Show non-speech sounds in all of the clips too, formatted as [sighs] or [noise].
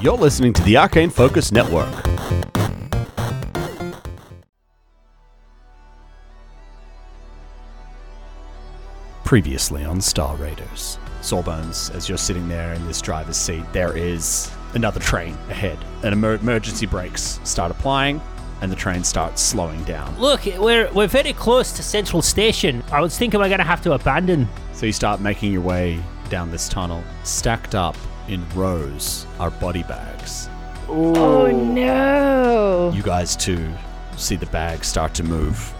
You're listening to the Arcane Focus Network. Previously on Star Raiders, Sawbones, as you're sitting there in this driver's seat, there is another train ahead, and emer- emergency brakes start applying, and the train starts slowing down. Look, we're we're very close to Central Station. I was thinking we're gonna have to abandon. So you start making your way down this tunnel. Stacked up in rows are body bags. Oh no! You guys too see the bags start to move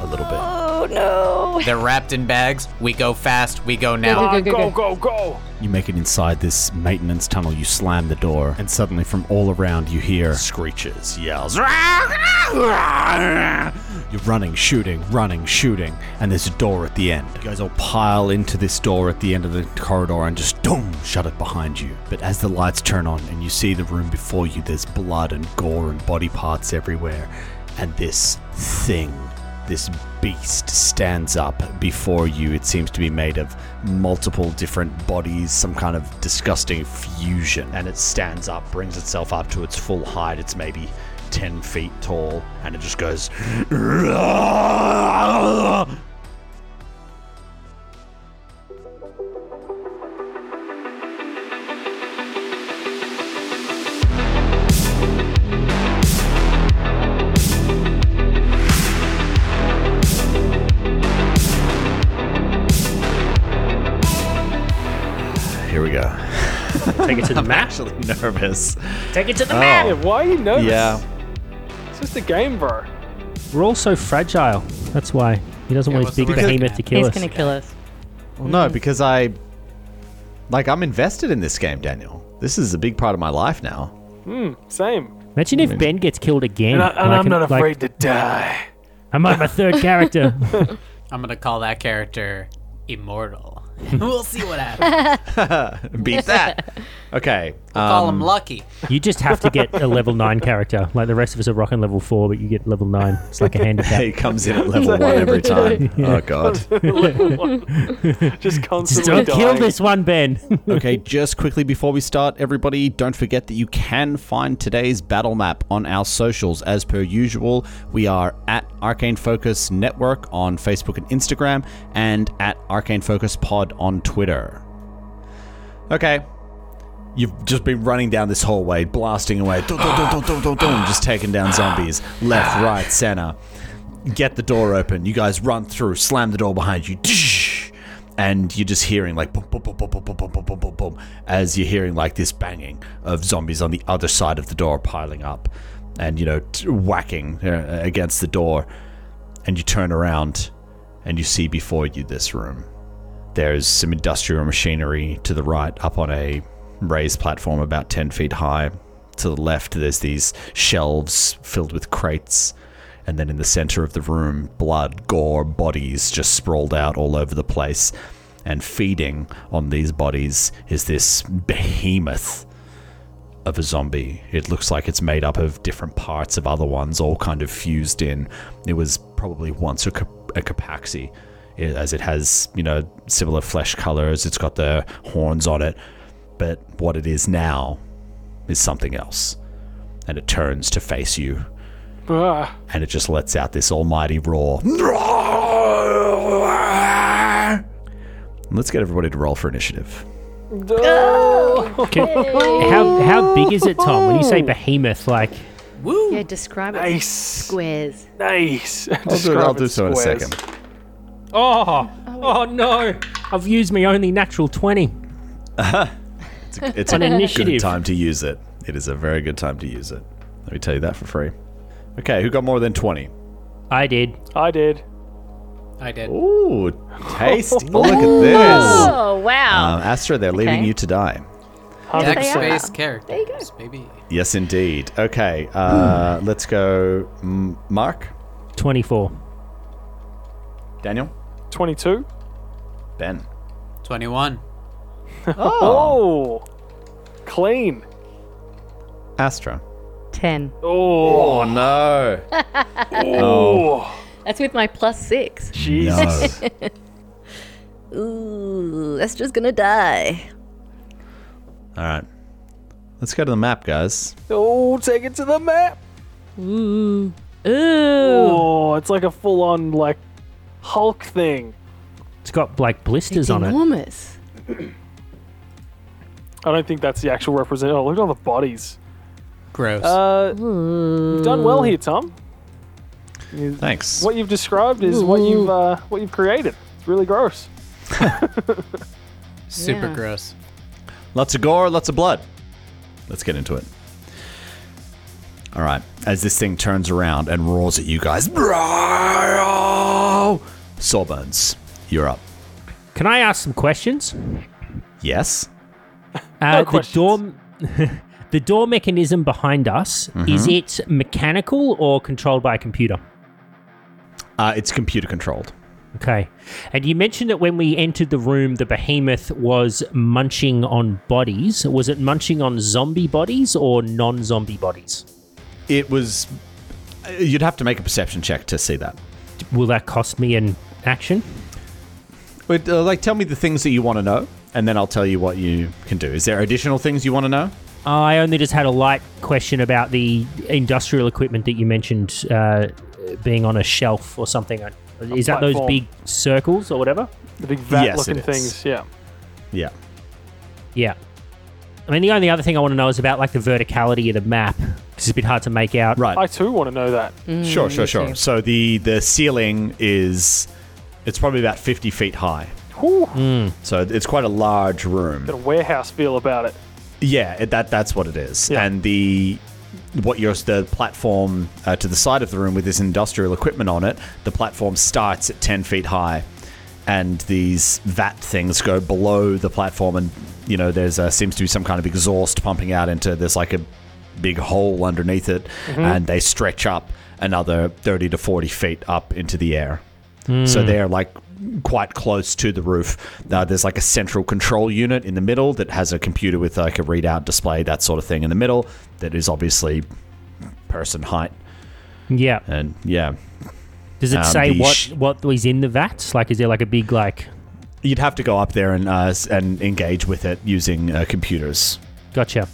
a little bit. Oh no! They're wrapped in bags. We go fast. We go now. Go, go, go, go. You make it inside this maintenance tunnel, you slam the door, and suddenly from all around you hear screeches, yells. You're running, shooting, running, shooting, and there's a door at the end. You guys all pile into this door at the end of the corridor and just boom, shut it behind you. But as the lights turn on and you see the room before you, there's blood and gore and body parts everywhere, and this thing this beast stands up before you. It seems to be made of multiple different bodies, some kind of disgusting fusion. And it stands up, brings itself up to its full height. It's maybe 10 feet tall, and it just goes. [sighs] Here we go. [laughs] Take it to the map. Actually, nervous. Take it to the map. Why are you nervous? Yeah. It's just a game, bro. We're all so fragile. That's why he doesn't want his what's the big risk? behemoth to kill He's us. gonna kill us. Well, no, Mm. because I. Like, I'm invested in this game, Daniel. This is a big part of my life [laughs] now. Same. Imagine if Ben gets killed again. And, I, Uh, and like I'm an- not like- [laughs] afraid to die. I'm on my third character. [laughs] I'm gonna call that character immortal. [laughs] we'll see what happens. Beat that. okay. Call him lucky. You just have to get a level nine character. Like the rest of us are rocking level four, but you get level nine. It's like a He [laughs] handicap. comes in at level one every time. Oh god. Just Just don't constantly kill dying. this one, Ben. [laughs] Okay, just quickly before we start, everybody, don't forget that you can find today's battle map on our socials. As per usual, we are at Arcane Focus Network on Facebook and Instagram, and at Arcane Focus Pod on Twitter. Okay. You've just been running down this hallway, blasting away, dun, dun, dun, dun, dun, dun, dun, just taking down zombies, left, right, center. Get the door open. You guys run through, slam the door behind you, and you're just hearing like boom, boom, boom, boom, boom, boom, boom, boom, boom, boom, boom, as you're hearing like this banging of zombies on the other side of the door piling up, and you know t- whacking uh, against the door. And you turn around, and you see before you this room. There's some industrial machinery to the right up on a raised platform about 10 feet high. To the left, there's these shelves filled with crates. And then in the center of the room, blood, gore, bodies just sprawled out all over the place. And feeding on these bodies is this behemoth of a zombie. It looks like it's made up of different parts of other ones, all kind of fused in. It was probably once a, cap- a capaxi, i- as it has, you know, similar flesh colors. It's got the horns on it. But what it is now is something else. And it turns to face you, Ah, and it just lets out this almighty roar. Let's get everybody to roll for initiative. how how big is it, Tom? When you say behemoth, like Yeah, describe it. nice. Squares. [laughs] Nice. I'll do, I'll do so in a second. oh oh no, I've used my only natural twenty. It's a, it's a An initiative. good time to use it. It is a very good time to use it. Let me tell you that for free. Okay, who got more than 20? I did. I did. I did. Ooh, tasty. Look at this. Oh wow! Uh, Um, Astra, they're leaving Okay. you to die. Deck they are. space characters, there you go. baby. Yes, indeed. Okay, uh, let's go. M- Mark, Twenty four. Daniel, 22. Ben. 21. Oh. Clean. Astra. Ten. Oh. Oh, no. That's with my plus six. No. Jesus. Ooh, that's just gonna die. All right. Let's go to the map, guys. Oh, take it to the map. Ooh. Ooh. Oh, it's like a full-on like Hulk thing. It's got like blisters it's on it. enormous. I don't think that's the actual represent. Oh, look at all the bodies. Gross. Uh, you've done well here, Tom. You- Thanks. What you've described is what you've uh, what you've created. It's really gross. Super yeah. gross. Lots of gore, lots of blood. Let's get into it. All right. As this thing turns around and roars at you guys, Sawbones, you're up. Can I ask some questions? Yes. Uh, the questions. door, [laughs] the door mechanism behind us is it mechanical or controlled by a computer? Uh, it's computer controlled. Okay, and you mentioned that when we entered the room, the behemoth was munching on bodies. Was it munching on zombie bodies or non-zombie bodies? It was. uh, You'd have to make a perception check to see that. Will that cost me an action? Wait, uh, like, tell me the things that you want to know, and then I'll tell you what you can do. Is there additional things you want to know? I only just had a light question about the industrial equipment that you mentioned uh, being on a shelf or something. Uh, Is that those platform. big circles or whatever? The big vat Yes, it looking is. things. Yeah. Yeah. Yeah. I mean, the only other thing I want to know is about like the verticality of the map because it's a bit hard to make out. Right. I too want to know that. sure, sure, sure. too. So the the ceiling is, it's probably about fifty feet high. Whew, So it's quite a large room. Got a warehouse feel about it. Yeah, it, that that's what it is. Yeah. And the what your the platform uh, to the side of the room with this industrial equipment on it. The platform starts at ten feet high, and these vat things go below the platform, and you know there's uh, seems to be some kind of exhaust pumping out into there's like a big hole underneath it, and they stretch up another thirty to forty feet up into the air. So they're like quite close to the roof. Uh, there's like a central control unit in the middle that has a computer with like a readout display, that sort of thing in the middle that is obviously person height. Yeah. And yeah, Does it Um, say the what sh- what is in the vat? Like, is there like a big like? you'd have to go up there and uh, s- and engage with it using uh, computers. Gotcha.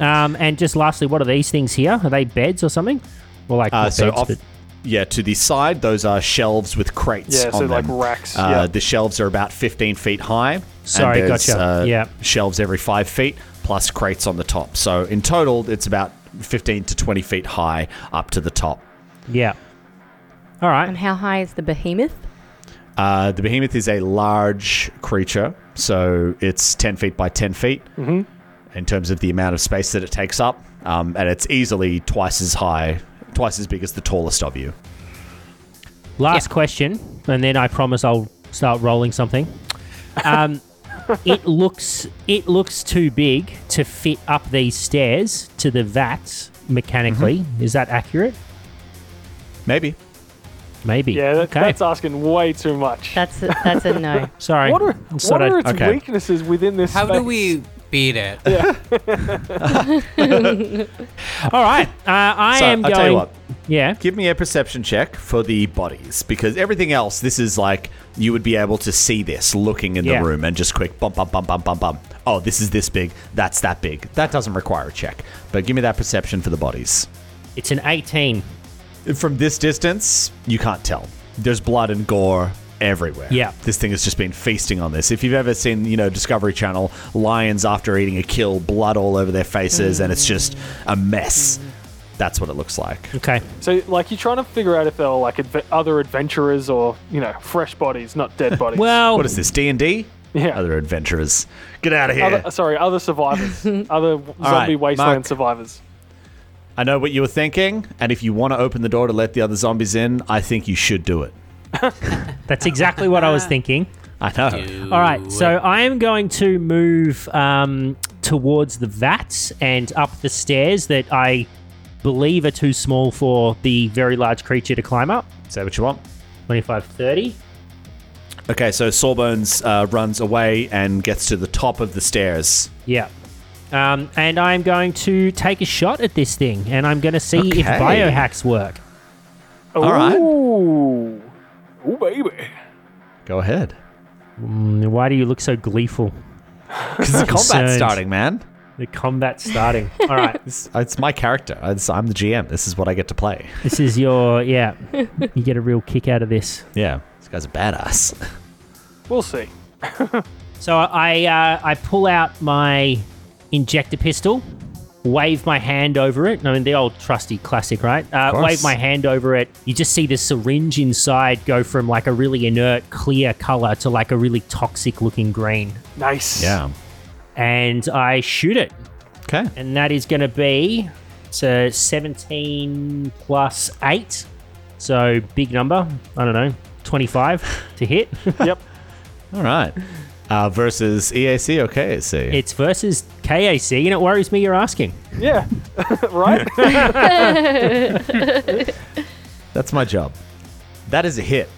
Um, and just lastly, what are these things here? Are they beds or something? Or like Uh, not so beds, off, but- yeah, to the side, those are shelves with crates. Yeah, so on like them. racks, Uh, yeah. The shelves are about 15 feet high. and Sorry, there's, gotcha. Uh, Yeah. Shelves every five feet plus crates on the top. So in total, it's about 15 to 20 feet high up to the top. yeah. All right. And how high is the behemoth? Uh, the behemoth is a large creature, so it's 10 feet by 10 feet Mm-hmm. in terms of the amount of space that it takes up. Um, and it's easily twice as high, twice as big as the tallest of you. Last question, and then I promise I'll start rolling something. [laughs] Um, it looks it looks too big to fit up these stairs to the vats mechanically. Mm-hmm. Is that accurate? Maybe. Maybe. Yeah, that, okay. that's asking way too much. That's a, that's [laughs] a no. Sorry. what are, I what thought I'd- are its okay. weaknesses within this How space? do we beat it? All right. Uh, I So, am I'll going. tell you what. Yeah. Give me a perception check for the bodies because everything else, this is like you would be able to see this looking in Yeah. the room and just quick bump, bump, bump, bump, bump, bump. Oh, this is this big. That's that big. That doesn't require a check. But give me that perception for the bodies. It's an 18. From this distance, you can't tell. There's blood and gore everywhere. Yeah. This thing has just been feasting on this. If you've ever seen, you know, Discovery Channel, lions after eating a kill, blood all over their faces, and it's just a mess. That's what it looks like. Okay. So, like, you're trying to figure out if they're like adve- other adventurers or you know, fresh bodies, not dead bodies. Well, What is this, D&D? Oh. Yeah. Other adventurers. Get out of here. other, sorry, other survivors, other w- zombie right, Mark. wasteland survivors. I know what you were thinking, and if you want to open the door to let the other zombies in, I think you should do it. that's exactly what I [laughs] was thinking. I know. All right, so I am going to move um, towards the vats and up the stairs that I believe are too small for the very large creature to climb up. Say what you want. 25, 30. Okay, so Sawbones uh, runs away and gets to the top of the stairs. Yeah. Um, and I'm going to take a shot at this thing and I'm going to see if Okay. biohacks work. All right. Ooh, Ooh, baby. Go [laughs] ahead. Mm, Why do you look so gleeful? Because the combat's Concerns. starting, man. The combat starting. All right. It's, it's my character. It's, I'm the GM. This is what I get to play. [laughs] This is your yeah. You get a real kick out of this. Yeah, this guy's a [laughs] badass. We'll see. So I uh, I pull out my injector pistol, wave my hand over it. I mean the old trusty classic, right? Uh, course. wave my hand over it. You just see the syringe inside go from like a really inert clear color to like a really toxic looking green, Nice. Yeah. and I shoot it, Okay. and that is going to be so seventeen plus eight, so big number. I don't know. 25 to [laughs] hit. Yep. All right. Uh, versus EAC or KAC? it's versus KAC, and it worries me you're asking. Yeah. [laughs] right? That's my job. That is a hit.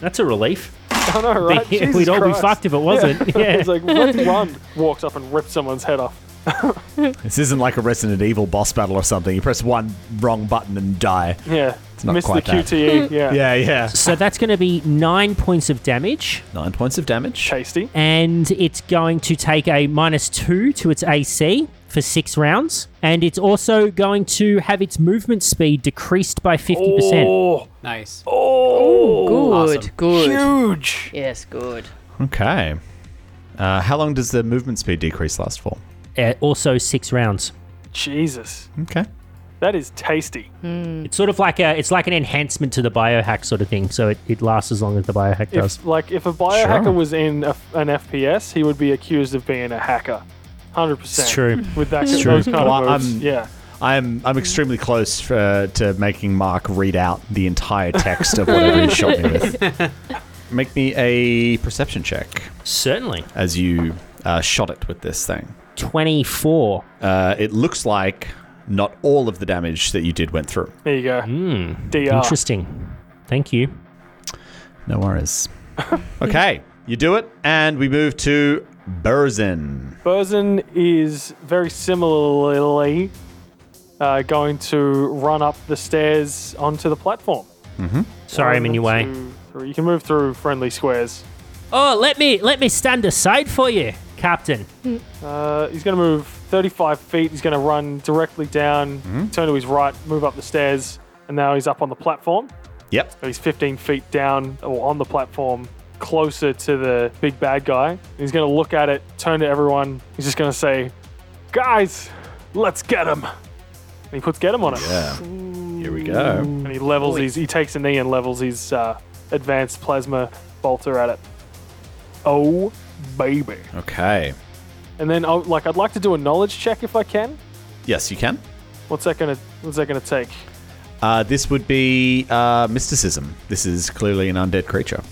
That's a relief. I know, right? We'd Jesus all be Christ. fucked [laughs] if it wasn't. [laughs] Yeah. He's like, let's run. Walks up and rips someone's head off. This isn't like a Resident Evil boss battle or something. You press one wrong button and die. Yeah. not Missed quite the that. QTE. Yeah. Yeah, yeah. So that's going to be nine points of damage, Nine points of damage. Tasty. and it's going to take a minus two to its AC for six rounds, and it's also going to have its movement speed decreased by fifty percent. Oh, Nice. Good, awesome. good. huge. Yes, good. Okay. Uh, how long does the movement speed decrease last for? Oh. Uh, also six rounds. Jesus. Okay. That is tasty. It's sort of like a, it's like an enhancement to the biohack sort of thing. So it, it lasts as long as the biohack does. If, like, if a biohacker Sure. was in a, an FPS, he would be accused of being a hacker. 100%. It's true. With that, true. those kind Well, of moves. I'm- yeah. I'm I'm extremely close for, to making Mark read out the entire text of whatever he shot me with. Make me a perception check Certainly, as you uh, shot it with this thing. twenty four. Uh, it looks like not all of the damage that you did went through. There you go. Hmm, DR. Interesting. Thank you. No worries. [laughs] okay, you do it, and we move to Burzin. Burzin is very similarly uh, going to run up the stairs onto the platform. Sorry, I'm One, in your way. two, three. You can move through friendly squares. Oh, let me let me stand aside for you, Captain. Uh, he's going to move 35 feet. He's going to run directly down, Mm-hmm. turn to his right, move up the stairs, and now he's up on the platform. Yep. So he's 15 feet down or on the platform, closer to the big bad guy. He's going to look at it, turn to everyone. He's just going to say, Guys, let's get him. And he puts get him on it. Yeah. Here we go. And he levels his, he takes a knee and levels his uh, advanced plasma bolter at it. Oh, baby. Okay. And then, oh, like, I'd like to do a knowledge check if I can. Yes, you can. What's that gonna What's that gonna take? Uh, this would be uh, mysticism. This is clearly an undead creature.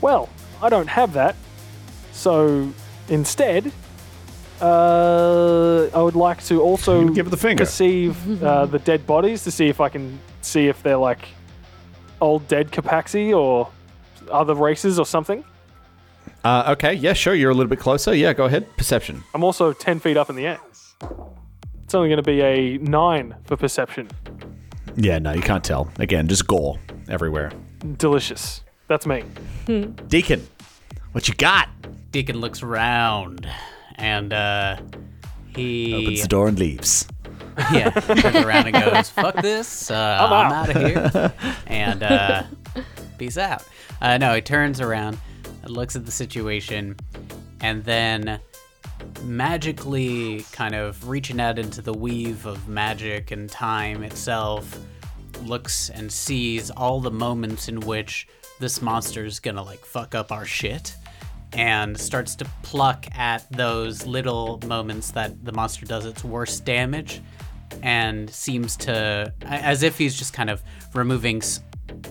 Well, I don't have that, so instead, uh, I would like to also Give it the finger. [laughs] perceive uh, the dead bodies to see if I can see if they're like old dead Capaxi or other races or something. Uh, okay, yeah, sure. You're a little bit closer. Yeah, go ahead. Perception. I'm also ten feet up in the air. It's only going to be a nine for perception. Yeah, no, you can't tell. Again, just gore everywhere. Delicious. That's me. Deacon, what you got? Deacon looks round and uh he Opens the door and leaves. [laughs] yeah, turns around and goes, "Fuck this! Uh, I'm, out." out of here," [laughs] and uh, peace out. Uh, no, he turns around, looks at the situation, and then magically, kind of reaching out into the weave of magic and time itself, looks and sees all the moments in which this monster's gonna like fuck up our shit and starts to pluck at those little moments that the monster does its worst damage and seems to as if he's just kind of removing s-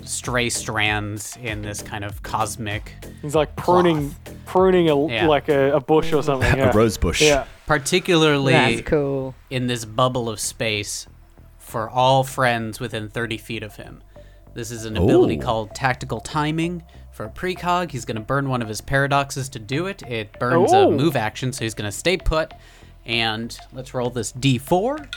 stray strands in this kind of cosmic He's like pruning, pruning a Yeah. like a, a bush or something. [laughs] Yeah. A rose bush. Yeah. particularly That's cool. in this bubble of space for all friends within 30 feet of him. This is an ability Ooh. called Tactical Timing. For a precog, he's going to burn one of his paradoxes to do it. It burns Ooh. a move action, so he's going to stay put. And let's roll this d4.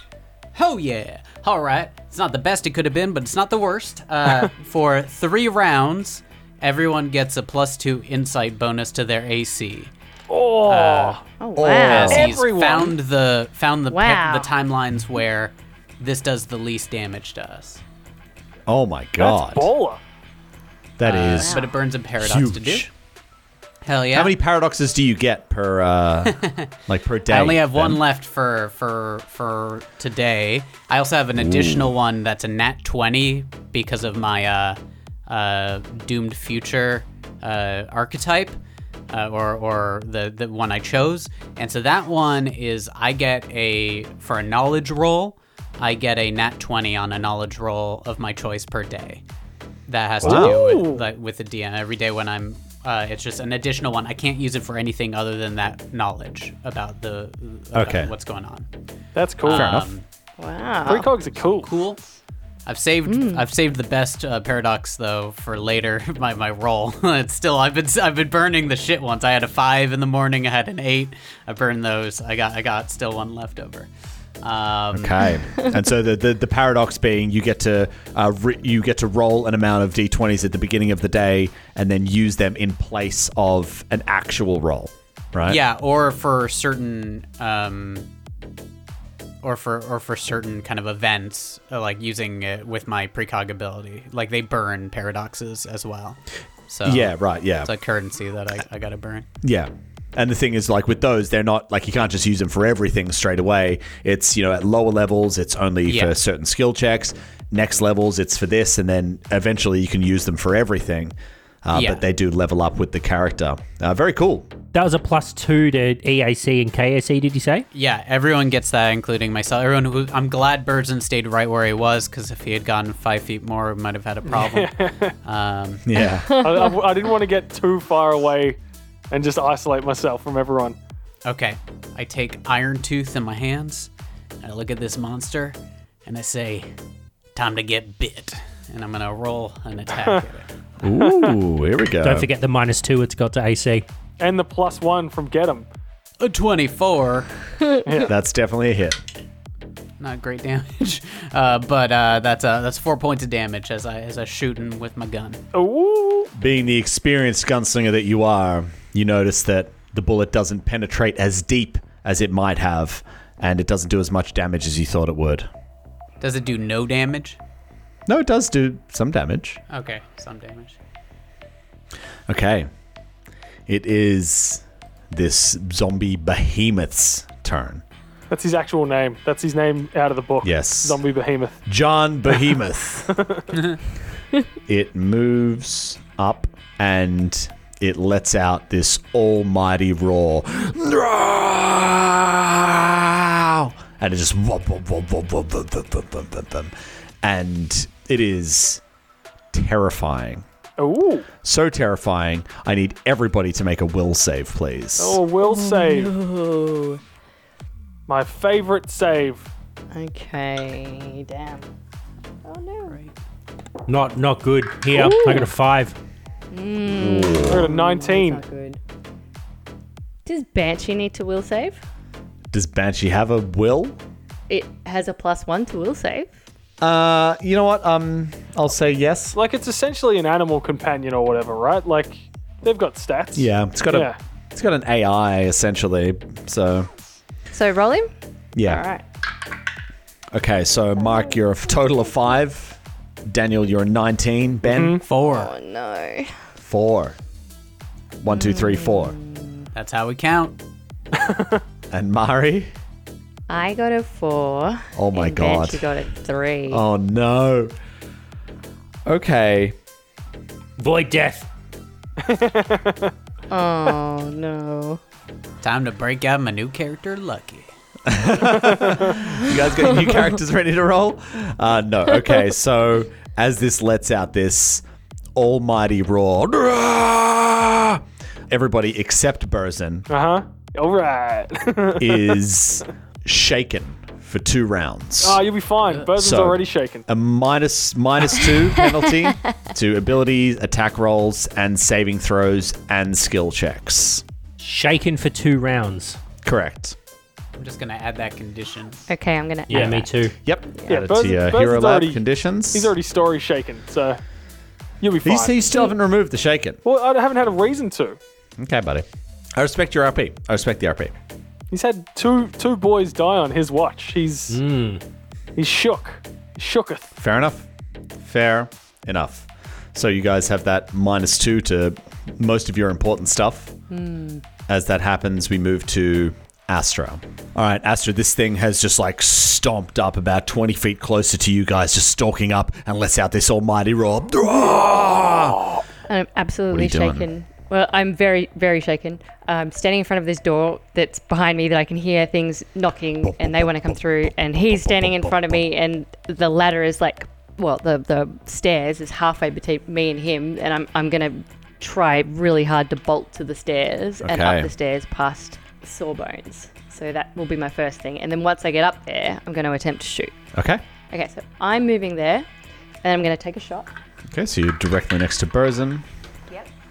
Oh, yeah. All right. It's not the best it could have been, but it's not the worst. Uh, for three rounds, everyone gets a plus two insight bonus to their AC. Oh, Oh, wow. as he's Everyone. found the found the pe- Wow. the timelines where this does the least damage to us. Oh my that's god. baller. That Uh, is but it burns in paradox to do. huge. Hell yeah! How many paradoxes do you get per [laughs] uh like per day? I only have one then? left for for for today. I also have an additional one that's a nat twenty because of my uh, uh, doomed future uh, archetype, uh, or or the the one I chose. And so that one is I get a for a knowledge roll. I get a nat twenty on a knowledge roll of my choice per day. That has to do with like with the DM every day when I'm. Uh, it's just an additional one. I can't use it for anything other than that knowledge about the about Okay. what's going on. That's cool. Um, Three Wow. cogs are cool. Cool. I've saved I've saved the best uh, paradox though for later [laughs] my my roll. it's still I've been I've been burning the shit ones. I had a five in the morning. I had an eight. I burned those. I got I got still one left over. Um, Okay, and so the, the the paradox being you get to uh, re- you get to roll an amount of d20s at the beginning of the day and then use them in place of an actual roll, right? Yeah, or for certain, um, or for or for certain kind of events, uh, like using it with my precog ability, like they burn paradoxes as well. So Yeah. Right. Yeah. it's a currency that I, I gotta burn. yeah. And the thing is, like with those, they're not like you can't just use them for everything straight away. It's you know at lower levels, it's only Yeah. for certain skill checks. Next levels, it's for this, and then eventually you can use them for everything. Uh, Yeah. But they do level up with the character. Uh, very cool. That was a plus two to EAC and KAC, did you say? Yeah, everyone gets that, including myself. Everyone, who, I'm glad Birdson stayed right where he was, because if he had gone five feet more, we might have had a problem. um, Yeah. I, I, I didn't want to get too far away and just isolate myself from everyone. Okay, I take Iron Tooth in my hands, and I look at this monster, and I say, "Time to get bit." And I'm gonna roll an attack. at [laughs] it. Ooh, here we go. Don't forget the minus two it's got to AC. And the plus one from Get 'em. A 24, That's definitely a hit. not great damage, [laughs] uh, but uh, that's uh, that's four points of damage as I as I shooting with my gun. Ooh. Being the experienced gunslinger that you are, you notice that the bullet doesn't penetrate as deep as it might have, and it doesn't do as much damage as you thought it would. Does it do no damage? No, it does do some damage. Okay, some damage. Okay. It is this zombie behemoth's turn. That's his actual name. That's his name out of the book. Yes. Zombie Behemoth. John Behemoth. it moves up and it lets out this almighty roar. And it just whop, whop, whop, whop, whop, whop, whop, whop, whop, whop, whop. and it is terrifying. Ooh. So terrifying. I need everybody to make a will save, please. Oh, will save. Ooh. My favorite save. Okay. Damn. Oh no. Not not good. Here, I got a five. I got a 19. Not good. Does Banshee need to will save? Does Banshee have a will? It has a plus one to will save. Uh, you know what? Um, I'll say yes. Like, it's essentially an animal companion or whatever, right? Like, they've got stats. Yeah, it's got Yeah. a it's got an AI essentially. So So roll him. yeah. All right. Okay, so Mark, you're a f- total of five. Daniel, you're a nineteen. Ben, Four. Oh no. four. One, two, three, four. That's how we count. And Mari. I got a four. Oh my and God. Banshee got a three. Oh no. Okay. Void death. oh no. Time to break out my new character, Lucky. You guys got [laughs] new characters ready to roll? Uh, no. Okay. So as this lets out this almighty roar, everybody except [laughs] Burzin Uh huh. All right. [laughs] is shaken for two rounds. Oh, Ah, you'll be fine. Burden's So- already shaken. a minus minus two penalty to abilities, attack rolls, and saving throws and skill checks. Shaken for two rounds. Correct. I'm just gonna add that condition. Okay, I'm gonna. Yeah, add me that. too. Yep. Yeah, Added Burzen's- to your Burzen's hero lab already- conditions. He's already story shaken, so you'll be fine. He's- he still haven't removed the shaken. well, I haven't had a reason to. Okay, buddy. I respect your RP. I respect the RP. He's had two two boys die on his watch. He's Hmm. he's shook. He shooketh. Fair enough. Fair enough. So you guys have that minus two to most of your important stuff. Hmm. As that happens, we move to Astra. All right, Astra, this thing has just like stomped up about 20 feet closer to you guys, just stalking up and lets out this almighty roar. And I'm absolutely What are you doing? shaken. Well, I'm very, very shaken. I'm standing in front of this door that's behind me that I can hear things knocking and they want to come through. And he's standing in front of me, and the ladder is like, well, the, the stairs is halfway between me and him. And I'm, I'm going to try really hard to bolt to the stairs and Okay. up the stairs past Sawbones. So that will be my first thing. And then once I get up there, I'm going to attempt to shoot. Okay. Okay, so I'm moving there and I'm going to take a shot. Okay, so you're directly next to Burzin.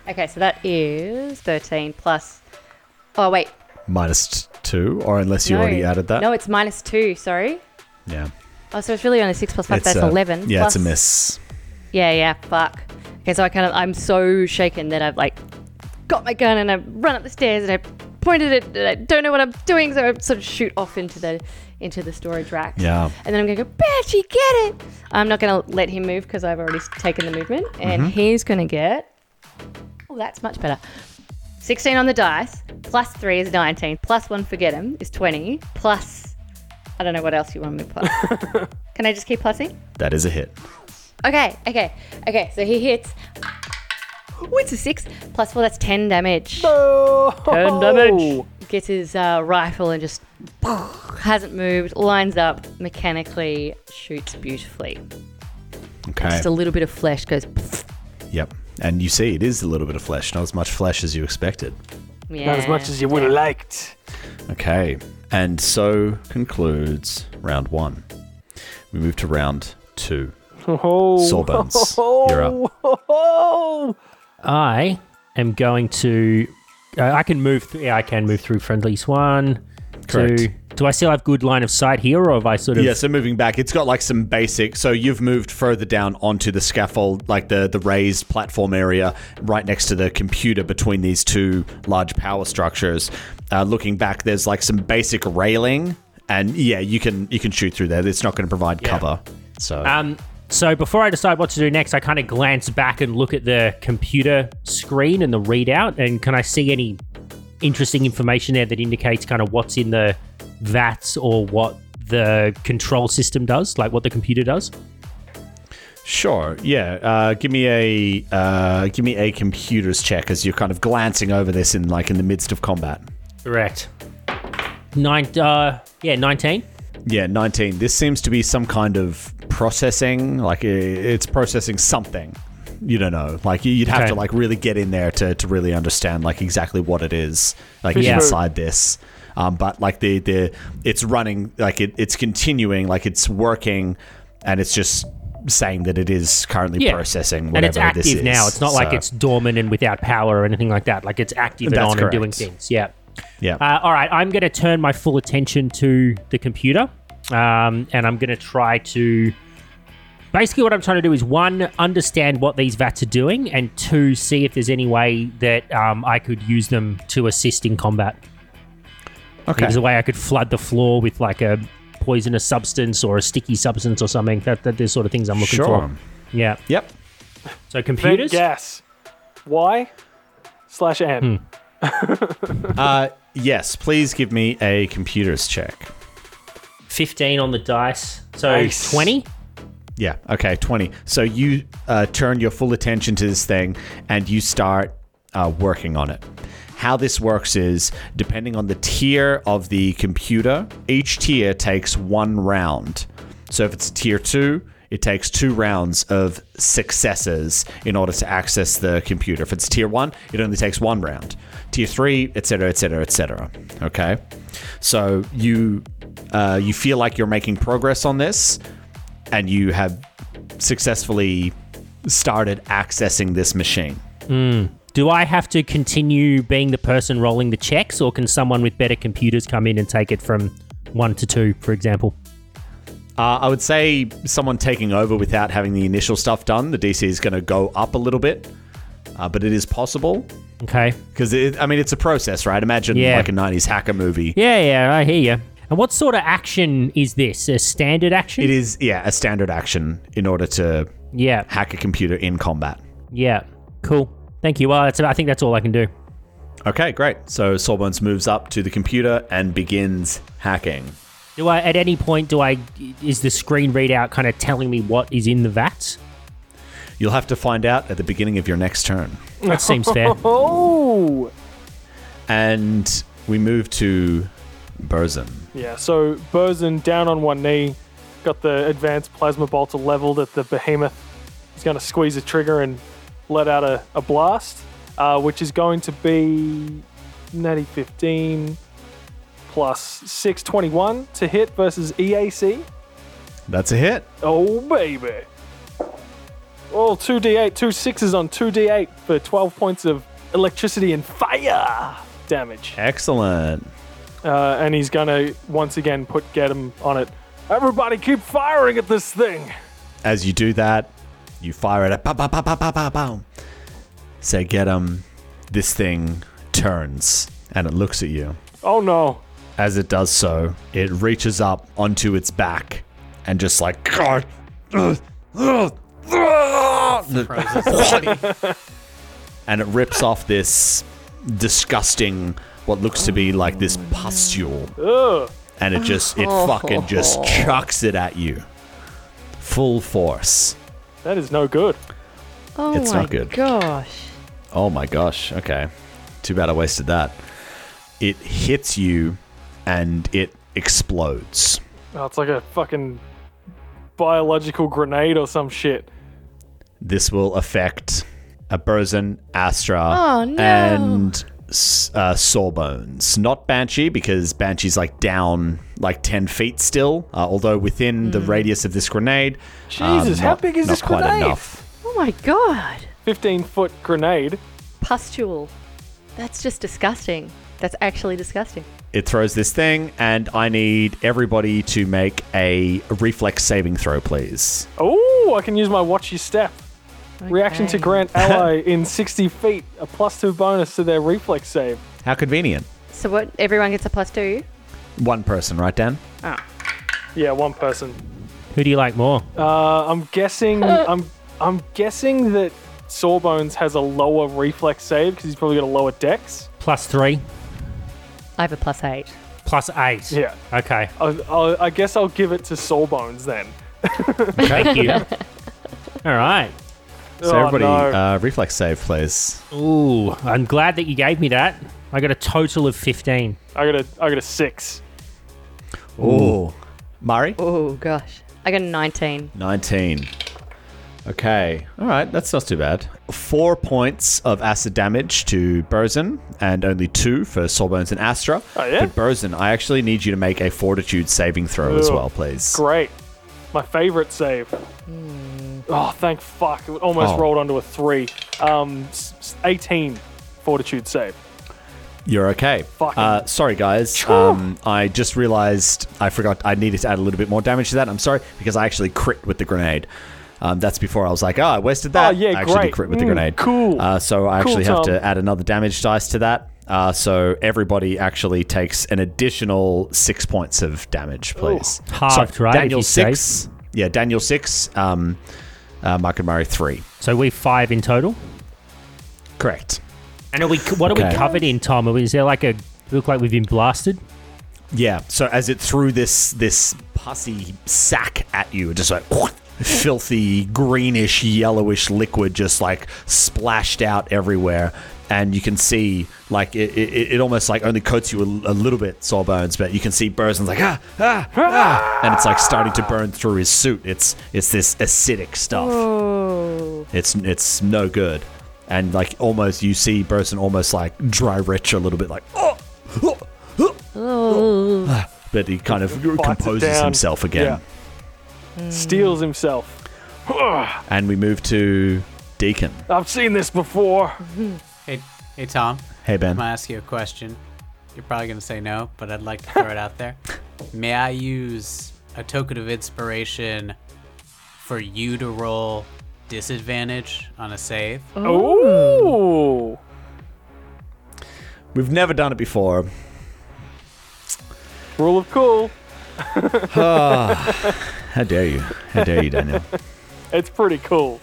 Okay, so that is 13 plus. Oh, wait. Minus two, or unless you no. already added that. No, it's minus 2, sorry. yeah. Oh, so it's really only 6 plus 5, that's uh, 11. Yeah, it's a plus- miss. Yeah, yeah, fuck. Okay, so I kind of, I'm so shaken that I've like got my gun and I run up the stairs and I pointed it and I don't know what I'm doing, so I sort of shoot off into the into the storage rack. Yeah. And then I'm going to go, Batchy, get it! I'm not going to let him move because I've already s- taken the movement. And he's going to get. Oh, that's much better. 16 on the dice, plus 3 is 19, plus 1 forget him is 20, plus. I don't know what else you want me to plus. Can I just keep plussing? That is a hit. Okay, okay, okay. So he hits. Oh, it's a six plus four. That's ten damage. Ten damage. Gets his uh, rifle and just hasn't moved. Lines up mechanically. Shoots beautifully. Okay. Just a little bit of flesh goes. Yep. And you see, it is a little bit of flesh, not as much flesh as you expected. Yeah. Not as much as you would have liked. Okay. And so concludes round one. We move to round two. Oh, Sawbones, you're [laughs] up. Oh, I am going to. Uh, I can move. Th- yeah, I can move through friendlies one. Correct. Two. Do I still have good line of sight here, or have I sort of? Yeah, so moving back, it's got like some basic. So you've moved further down onto the scaffold, like the, the raised platform area, right next to the computer between these two large power structures. Uh, looking back, there's like some basic railing, and yeah, you can you can shoot through there. It's not going to provide cover. So Um, so before I decide what to do next, I kind of glance back and look at the computer screen and the readout, and can I see any interesting information there that indicates kind of what's in the VATS or what the control system does, like what the computer does? Sure. Yeah. Uh, give me a uh, give me a computers check as you're kind of glancing over this in like in the midst of combat. Correct. Nine. Uh, yeah, nineteen. Yeah, 19. This seems to be some kind of processing. Like i- it's processing something. You don't know. Like you'd have Okay. to like really get in there to, to really understand like exactly what it is like Yeah. inside this. Um, but like the the it's running like it, it's continuing like it's working, and it's just saying that it is currently Yeah. processing whatever and it's active this is. now. It's not like So, it's dormant and without power or anything like that. Like it's active and That's on and doing correct. things. Yeah. yeah. Uh, all right, I'm going to turn my full attention to the computer, um, and I'm going to try to. Basically, what I'm trying to do is one, understand what these VATs are doing, and two, see if there's any way that um, I could use them to assist in combat. If okay. there's a way I could flood the floor with like a poisonous substance or a sticky substance or something. That, that the sort of things I'm looking Sure. for. Yeah. Yep. So Vent computers. gas. Y slash M. Uh, yes, please give me a computers check. 15 on the dice. So Nice. 20. Yeah, okay, 20. So you uh, turn your full attention to this thing and you start uh, working on it. How this works is depending on the tier of the computer, each tier takes one round. So if it's tier two, it takes two rounds of successes in order to access the computer. If it's tier one, it only takes one round. Tier three, etc., etc., etc. Okay, so you uh, you feel like you're making progress on this, and you have successfully started accessing this machine. Do I have to continue being the person rolling the checks, or can someone with better computers come in and take it from one to two, for example? Uh, I would say someone taking over without having the initial stuff done, the DC is going to go up a little bit, uh, but it is possible. Okay. Because I mean, it's a process, right? Imagine Yeah. like a '90s hacker movie. Yeah, yeah, I hear you. And what sort of action is this? A standard action? It is, yeah, a standard action in order to Yeah, hack a computer in combat. yeah. Cool. Thank you. Well, that's, I think that's all I can do. Okay, great. So Sawbones moves up to the computer and begins hacking. Do I, at any point, do I, is the screen readout kind of telling me what is in the vat? You'll have to find out at the beginning of your next turn. That seems [laughs] fair. Hmm. Oh. And we move to Burzum. Yeah, so Burzin down on one knee, got the advanced plasma bolter leveled at the behemoth. He's going to squeeze a trigger and let out a, a blast, uh, which is going to be natty 15 plus 621 to hit versus EAC. That's a hit. Oh, baby. Oh, 2d8, two sixes on 2d8 for 12 points of electricity and fire damage. Excellent. Uh, and he's gonna once again put get him on it. Everybody keep firing at this thing. As you do that, you fire at it. Pow, pow, pow, pow, pow, pow, pow. Say, get him. This thing turns and it looks at you. Oh no. As it does so, it reaches up onto its back and just like, God. ugh, ugh, ugh," Frozen body. and it rips off this disgusting, what looks to be like this pustule. Ugh. and it just it fucking just chucks it at you full force That is no good. Oh It's my not good. gosh. oh my gosh okay too bad i wasted that it hits you and it explodes Oh, it's like a fucking biological grenade or some shit. this will affect a Burzin, Astra, Oh, no. and S- uh, Sawbones. Not Banshee, because Banshee's like down like 10 feet still, uh, although within the radius of this grenade. Hmm. um, Jesus, how big is not this quite grenade? Enough. Oh my god. 15 foot grenade. Pustule. That's just disgusting. That's actually disgusting. It throws this thing, and I need everybody to make a reflex saving throw, please. Oh, I can use my watch your step. Reaction to [laughs] Okay. grant ally in 60 feet, a plus two bonus to their reflex save. How convenient. So what? Everyone gets a plus two. One person, right, Dan? Yeah, one person. Who do you like more? Uh, I'm guessing. I'm I'm guessing that Sawbones has a lower reflex save because he's probably got a lower dex. Plus three, I have a plus eight. plus eight. Yeah. Okay. I, I, I guess I'll give it to Sawbones then. Thank [laughs] you. all right. So, Oh, everybody, no. uh, reflex save, please. Ooh, I'm glad that you gave me that. I got a total of 15. I got a I got a six. Ooh. Murray? Oh gosh. I got a nineteen. 19. Okay. All right. That's not too bad. Four points of acid damage to Burzin and only two for Sawbones and Astra. Oh, yeah? But Burzin, I actually need you to make a fortitude saving throw as Ugh. well, please. Great. My favorite save. Oh, thank fuck. It almost Oh. rolled onto a three. Um, s- s- 18 fortitude save. You're okay. Fucking- Uh, sorry, guys. Um, I just realized I forgot I needed to add a little bit more damage to that. I'm sorry because I actually crit with the grenade. Um, that's before I was like, oh, I wasted that. Oh, yeah, I actually did great. crit with the Mm, grenade. cool. Uh, so I Cool, actually have Tom. to add another damage dice to that. Uh, so everybody actually takes an additional six points of damage, please. Halved, so right, if Daniel you save. six. Yeah, Daniel six. Um, uh, Mark and Murray three. So we five in total. Correct. And are we? What are Okay. we covered in, Tom? Are we- Is there like a look like we've been blasted? Yeah. So as it threw this this pussy sack at you, it just like filthy greenish yellowish liquid just like splashed out everywhere, and you can see like it, it, it almost like only coats you a, a little bit sawbones, but you can see Burson's like ah ah ah, and it's like starting to burn through his suit. It's it's this acidic stuff. Oh. It's it's no good, and like almost you see Burson almost like dry retch a little bit like oh. oh, oh ah." Oh. but he kind of it composes down. himself again. Steals himself. And we move to Deacon. I've seen this before. hey, hey, Tom. Hey I'm Ben, gonna ask you a question. You're probably gonna say no, but I'd like to throw it [laughs] out there. May I use a token of inspiration for you to roll disadvantage on a save? Ooh. We've never done it before. Rule of cool. How dare you? How dare you, [laughs] Daniel? It's pretty cool.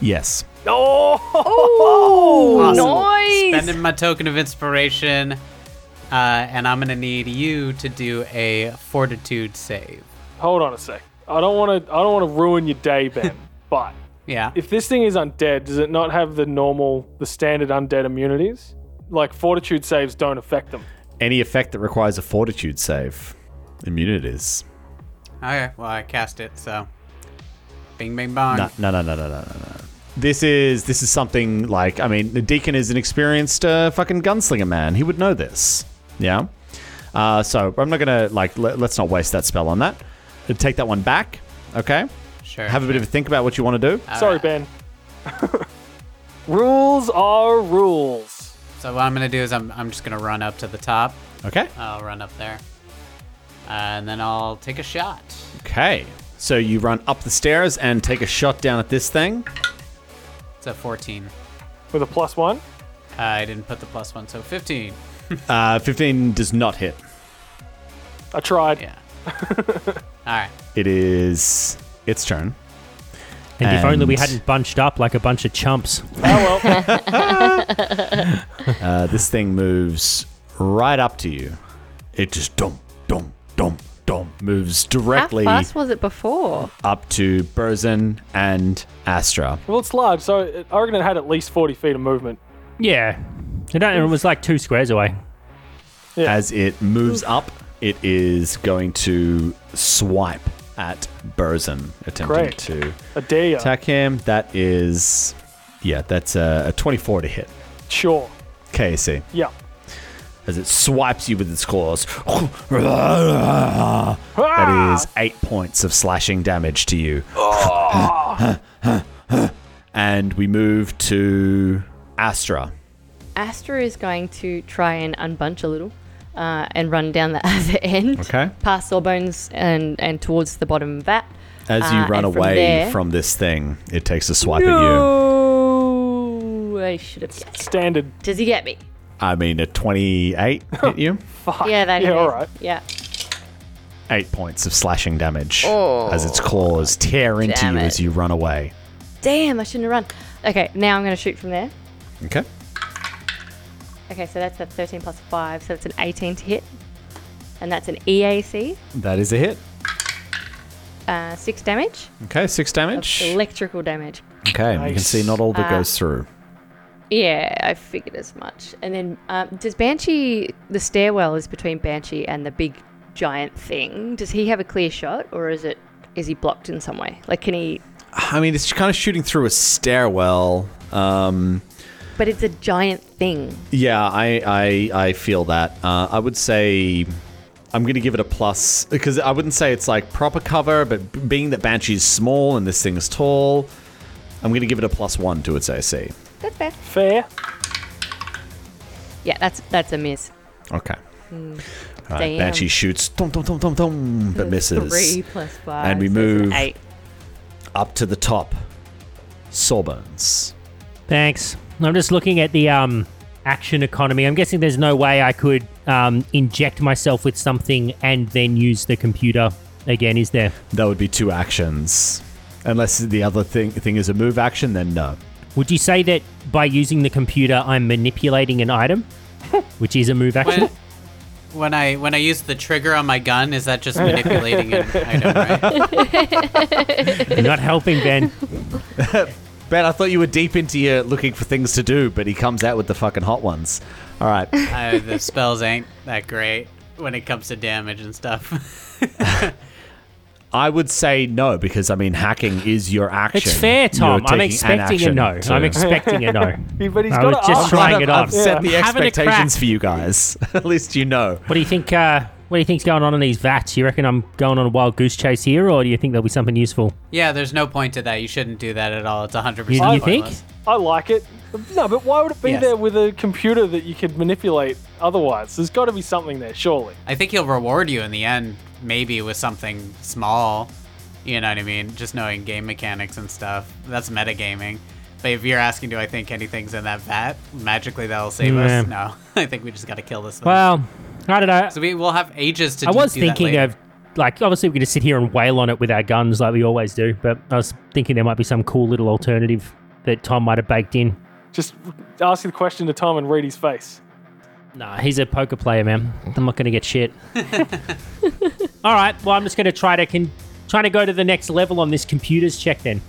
yes. oh, Nice. Spending my token of inspiration, uh, and I'm gonna need you to do a fortitude save. hold on a sec. I don't want to. I don't want to ruin your day, Ben. but Yeah. if this thing is undead, does it not have the normal, the standard undead immunities? Like fortitude saves don't affect them. Any effect that requires a fortitude save, immunities. okay. Well, I cast it, so. Bing, bing, bong. No, no, no, no, no, no, no. no. This is this is something like I mean, the deacon is an experienced uh, fucking gunslinger man. He would know this. Yeah. Uh, so I'm not gonna like le- let's not waste that spell on that. Uh, Take that one back. Okay. Sure. Have a bit of a think about what you want to do. Ah. Sorry, Ben. [laughs] rules are rules. So what I'm gonna do is I'm I'm just gonna run up to the top. Okay. I'll run up there, and then I'll take a shot. Okay. So you run up the stairs and take a shot down at this thing. It's a 14. With a plus one. I didn't put the plus one, so 15. Uh, 15 does not hit. I tried. Yeah. All right. It is its turn. And, if only we And- hadn't bunched up like a bunch of chumps. Oh well. Uh, this thing moves right up to you. It just dum dum dum dum moves How directly fast was it before? up to Burzin and Astra. well, it's large, so it, I reckon it had at least forty feet of movement. Yeah. I don't- It was like two squares away. Yeah. As it moves up, it is going to swipe at Burzin, attempting Great. to A dare. ya. attack him. That is, yeah, that's a, a 24 to hit. Sure. KC. Yeah. as it swipes you with its claws. [laughs] Ah! Ah. that is eight points of slashing damage to you. Ah. [laughs] and we move to Astra. Astra is going to try and unbunch a little uh, and run down the [laughs] other end. Okay. Past Sawbones and, and towards the bottom vat. As you Uh, run and from away there- from this thing, it takes a swipe at you. No! I should have guessed. Standard. Does he get me? I mean, a [laughs] 28 hit you? Yeah, that Yeah. hit me. All right. Yeah. Eight points of slashing damage Oh, as its claws tear into damn you it. as you run away. Damn, I shouldn't have run. Okay, now I'm going to shoot from there. Okay. Okay, so that's a 13 plus 5, so it's an 18 to hit. And that's an E EAC, That is a hit. uh, 6 damage, Okay, six damage. Okay, electrical damage. you can Nice. see not all Ah. that goes through. Yeah, I figured as much. And then, um, does Banshee, the stairwell is between Banshee and the big giant thing. Does he have a clear shot, or is it, is he blocked in some way? Like, can he, I mean, it's kind of shooting through a stairwell. Um, but it's a giant thing. yeah, I, I, I feel that. Uh, I would say I'm going to give it a plus because I wouldn't say it's like proper cover, but b- being that Banshee's small and this thing is tall, I'm going to give it a plus one to its AC. That's fair. Fair. Yeah, that's, that's a miss. Okay. All right, Damn. Banshee shoots, dum, dum, dum, dum, [laughs] dum, but misses. 3 plus 5. And we so it's an move. 8. Up to the top, Sawbones. Thanks. I'm just looking at the um, action economy. I'm guessing there's no way I could um, inject myself with something and then use the computer again, is there? That would be two actions. Unless the other thing thing is a move action, then no. Would you say that by using the computer, I'm manipulating an item, [laughs] which is a move action? When, [laughs] when I when I use the trigger on my gun, is that just manipulating an [laughs] item, right? You're not helping, Ben. Ben, I thought you were deep into your looking for things to do, but he comes out with the fucking hot ones. All [laughs] right. Uh, the spells ain't that great when it comes to damage and stuff. [laughs] I would say no because I mean hacking is your action. [laughs] It's fair, Tom. You're I'm taking an expecting a action no. to- [laughs] I'm expecting a [laughs] no. Yeah, But he's I got was to just ask. trying I've- it I've off. set the I'm having a crack. expectations for you guys. [laughs] At least you know. What do you think? Uh, what do you think's going on in these vats? You reckon I'm going on a wild goose chase here, or do you think there'll be something useful? yeah, there's no point to that. You shouldn't do that at all. It's 100% You, you think? pointless. I like it. No, but why would it be Yes. there with a computer that you could manipulate otherwise? There's got to be something there, surely. I think he'll reward you in the end, maybe with something small. You know what I mean? Just knowing game mechanics and stuff. That's metagaming. But if you're asking, do I think anything's in that vat? Magically, that'll save Yeah. us. No, [laughs] I think we just gotta kill this thing. Well, I don't know. so we will have ages to. I do- was do that thinking later. of like obviously we're going to sit here and wail on it with our guns like we always do, but I was thinking there might be some cool little alternative that Tom might have baked in. Just ask the question to Tom and read his face. Nah, he's a poker player, man. I'm not going to get shit. [laughs] All right. Well, I'm just going to try to con- trying to go to the next level on this computers check then.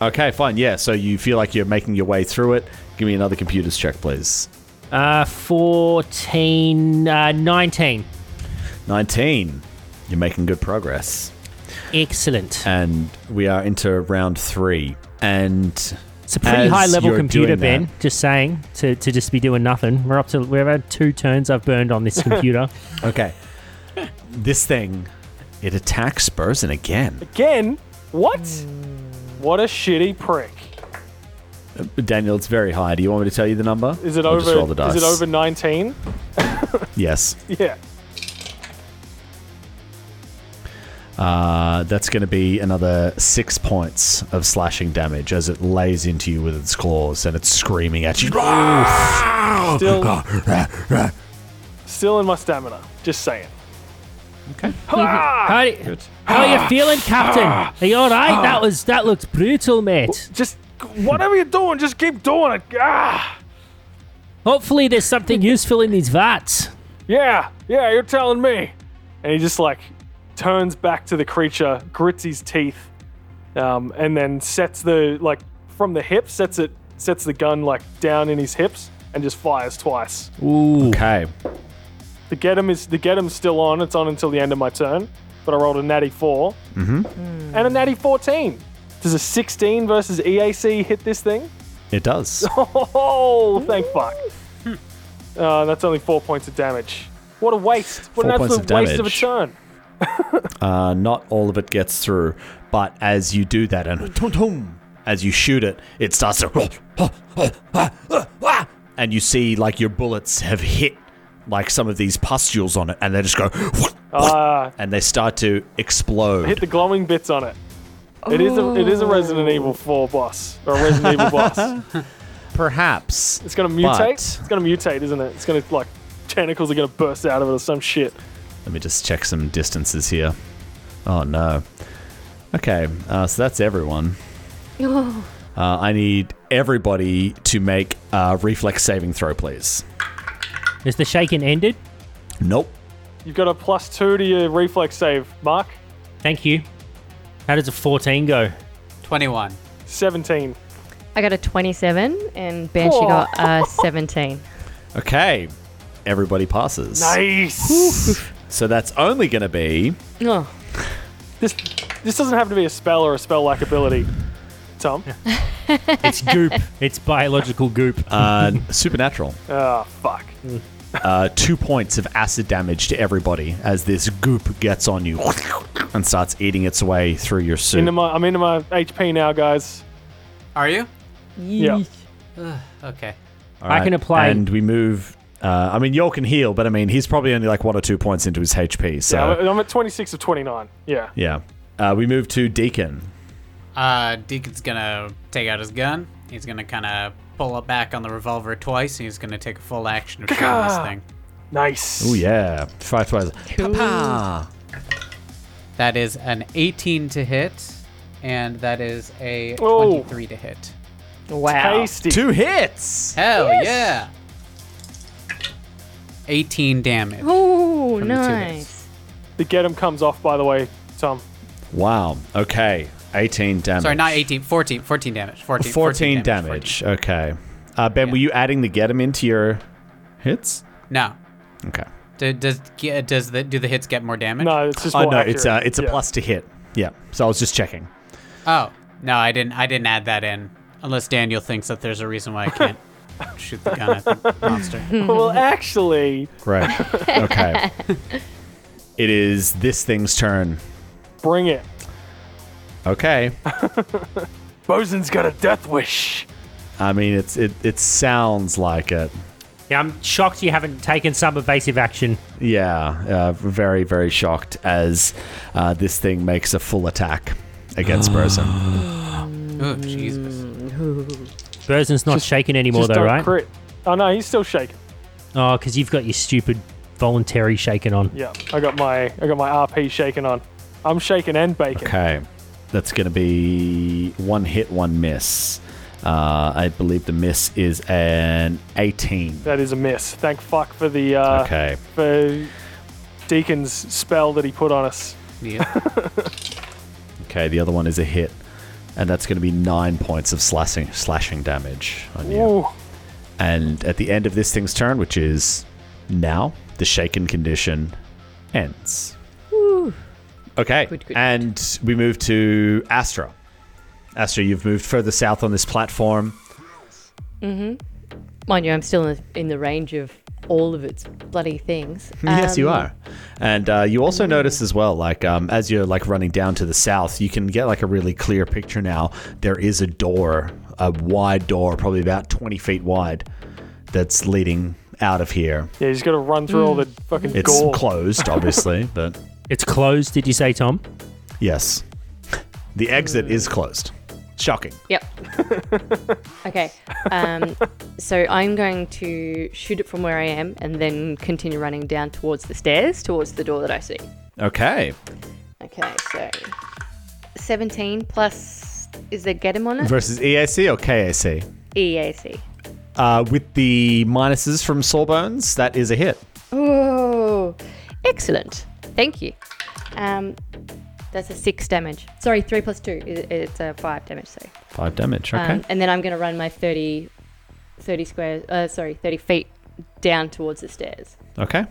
Okay, fine. Yeah, so you feel like you're making your way through it. Give me another computer's check, please. Uh, 14, uh, 19. 19. You're making good progress. Excellent. And we are into round three. And It's a pretty as high level you're computer, doing Ben. that- Just saying to, to just be doing nothing. We're up to we've had two turns I've burned on this [laughs] computer. [laughs] Okay. this thing, it attacks Burson again. Again? What? What a shitty prick. Daniel, it's very high. Do you want me to tell you the number? Is it Or over Just roll the dice. Is it over 19? Yes. Yeah. Uh, that's going to be another six points of slashing damage as it lays into you with its claws and it's screaming at you. Ah! Still Still in my stamina. Just saying. Ah, How, how are you feeling, Captain? Are you all right? That was that looked brutal, mate. Just whatever you're doing, just keep doing it. Ah! Hopefully, there's something useful in these vats. Yeah, yeah, you're telling me. And he just like turns back to the creature, grits his teeth, um, and then sets the like from the hip, sets it, sets the gun like down in his hips, and just fires twice. Okay. The get 'em is the get 'em's still on. It's on until the end of my turn. But I rolled a natty 4 mm-hmm. and a natty fourteen. Does a sixteen versus EAC hit this thing? [laughs] It does. Oh, thank fuck. Uh, that's only four points of damage. What a waste. What Four an points absolute of waste of a damage. turn. Uh, not all of it gets through, but as you do that and tum tum, as you shoot it, it starts to. [laughs] And you see, like, your bullets have hit, like, some of these pustules on it, and they just go. Ah, [laughs] And they start to explode. hit the glowing bits on it. It is a it is a Resident Evil 4 boss or a Resident Evil boss. Perhaps. It's gonna mutate. But- It's gonna mutate, isn't it? It's gonna like tentacles are gonna burst out of it or some shit. Let me just check some distances here. Oh no. Okay, uh, so that's everyone. Uh, I need everybody to make a reflex saving throw, please. Is the shaking ended? Nope. You've got a plus two to your reflex save, Mark. Thank you. How does a 14 go? twenty-one. 17. I got a 27 and Banshee got [laughs] a 17. Okay, everybody passes. Nice. So that's only going to be Oh, this this doesn't have to be a spell or a spell like ability, Tom. [laughs] It's goop. it's biological goop. uh, supernatural. Oh, fuck. Uh, two points of acid damage to everybody as this goop gets on you and starts eating its way through your suit. Into my, I'm into my HP now, guys. Are you? Yeah. Okay. All I can apply- And we move. Uh, I mean, Yol can heal, but I mean, he's probably only like one or two points into his HP. So Yeah, uh, yeah, I'm- I'm at 26 of 29. Yeah. Uh, we move to Deacon. Uh, Deacon's gonna take out his gun. He's gonna kind of pull it back on the revolver twice, and he's gonna take a full action of shooting this thing. Nice. Oh yeah, five twice. Pa-pa! That is an 18 to hit, and that is a Oh. 23 to hit. wow. Tasty. Two hits. Hell yeah! 18 damage. Oh, From the two nice. hits. The get 'em comes off, by the way, Tom. Wow. Okay. Eighteen damage. Sorry, not 18, 14, 14 damage. 14, 14, 14 damage. Okay. Uh, ben, were you adding the get him into your hits? 14. No. Okay. Do, does ge- does the do the hits get more damage? No, it's just Oh more no, it's uh, accurate. it's a Yeah. plus to hit. Yeah. So I was just checking. Oh no, I didn't. I didn't add that in. Unless Daniel thinks that there's a reason why [laughs] I can't shoot the gun at the monster. well, actually, Great. Okay. it is this thing's turn. bring it. Okay. Bosun's got a death wish. I mean, it's it, it sounds like it. yeah, I'm shocked you haven't taken some evasive action. Yeah, uh, very very shocked as uh, this thing makes a full attack against Burson. Oh Jesus! Burzen's not shaking anymore, Just though, don't right? crit. Oh no, he's still shaking. Oh, because you've got your stupid voluntary shaking on. Yeah, I got my I got my RP shaking on. I'm shaking and baking. Okay. That's going to be one hit, one miss. Uh, I believe the miss is an 18. That is a miss. Thank fuck for the uh, Okay. for Deacon's spell that he put on us. Yep. Okay, the other one is a hit. And that's going to be nine points of slashing, slashing damage on you. Ooh, And at the end of this thing's turn, which is now, the shaken condition ends. Okay. Good, good, and we move to Astra. Astra, you've moved further south on this platform. Mind you, I'm still in the, in the range of all of its bloody things. Mm, yes, you Um, are. And uh, you also notice as well, like um, as you're like running down to the south, you can get like a really clear picture now. There is a door, a wide door, probably about 20 feet wide, that's leading out of here. yeah, he's got to run through Hmm. all the fucking It's gore. closed, obviously, but It's closed, did you say, Tom? yes, the exit is closed. Shocking. Yep. [laughs] okay. Um, so I'm going to shoot it from where I am and then continue running down towards the stairs, towards the door that I see. Okay. Okay, so 17 plus. Is there get him on it? Versus EAC or KAC? EAC. Uh, with the minuses from Sawbones, that is a hit. Oh, excellent. Thank you. Um, that's a six damage. Sorry, three plus two. It, it's a five damage. So, Five damage. Okay. um, and then I'm going to run my 30, 30 squares. Uh, sorry, 30 feet down towards the stairs. okay.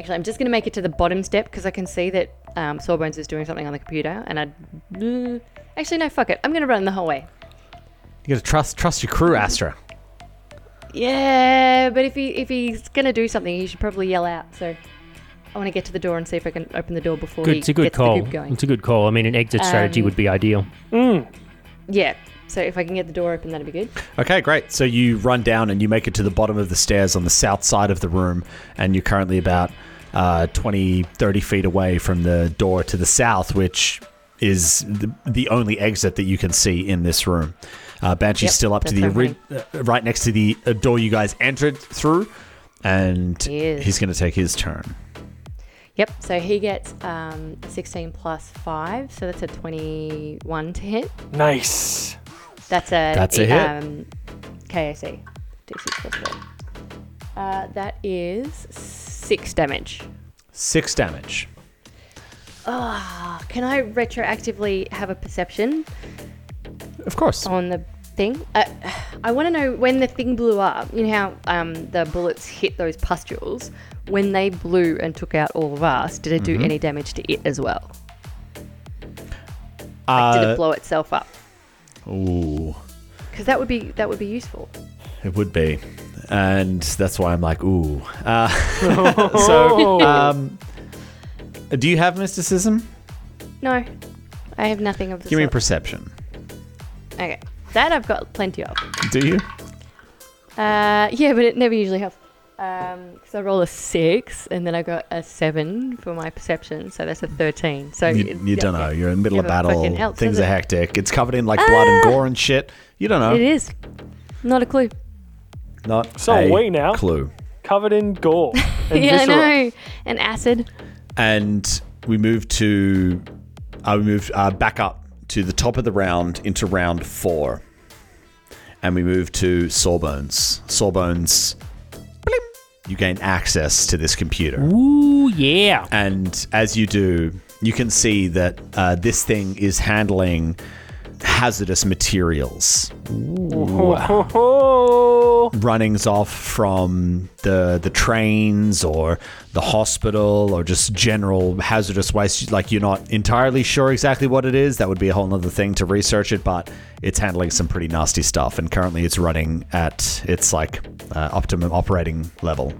Actually, I'm just going to make it to the bottom step because I can see that um, Sawbones is doing something on the computer, and I. would Actually, no, fuck it. I'm going to run the whole way. You gotta trust trust your crew, Astra. Yeah, but if he if he's gonna do something, he should probably yell out. So I want to get to the door and see if I can open the door before Good, he it's a good gets the call. group going. It's a good call. I mean, an exit strategy Um, would be ideal. yeah. So if I can get the door open, that'd be [laughs] good. Okay, great. So you run down and you make it to the bottom of the stairs on the south side of the room, and you're currently about uh, 20, 30 feet away from the door to the south, which is the, the only exit that you can see in this room. Uh, Banshee's Yep, still up to that's the what I'm ori- uh, right next to the uh, door you guys entered through, and He is. he's going to take his turn. Yep. So he gets um, 16 plus five, so that's a 21 to hit. Nice. That's a That's a hit. Um, KAC. D6 plus four. Uh, that is six damage. Six damage. Uh, Can I retroactively have a perception Of course. on the thing. Uh, I want to know when the thing blew up. You know how um, the bullets hit those pustules? When they blew and took out all of us, did it Mm-hmm. do any damage to it as well? Did Uh, it blow itself up? ooh. Because that would be that would be useful. It would be. And that's why I'm like, ooh. Uh, [laughs] Oh. so, um, do you have mysticism? No, I have nothing of the Give me sort. perception. okay, that I've got plenty of. Do you? Uh, yeah, but it never usually helps. Because I roll a six and then I got a seven for my perception, so that's a thirteen. So You, it- you don't yeah, know. You're in the middle of Never fucking battle. helps, Things does are it? Ah! hectic. It's covered in like blood and gore and shit. You don't know. It is not a clue. Not So a we now- clue. Covered in [laughs] gore. And [laughs] yeah, viscera. I know. And acid. And we move to, uh, we move uh, back up to the top of the round into round four. And we move to Sawbones. Sawbones, blim, you gain access to this computer. Ooh, yeah. And as you do, you can see that uh, this thing is handling hazardous materials Oh, runnings off from the the trains or the hospital or just general hazardous waste like you're not entirely sure exactly what it is that would be a whole other thing to research it but it's handling some pretty nasty stuff and currently it's running at its like uh, optimum operating level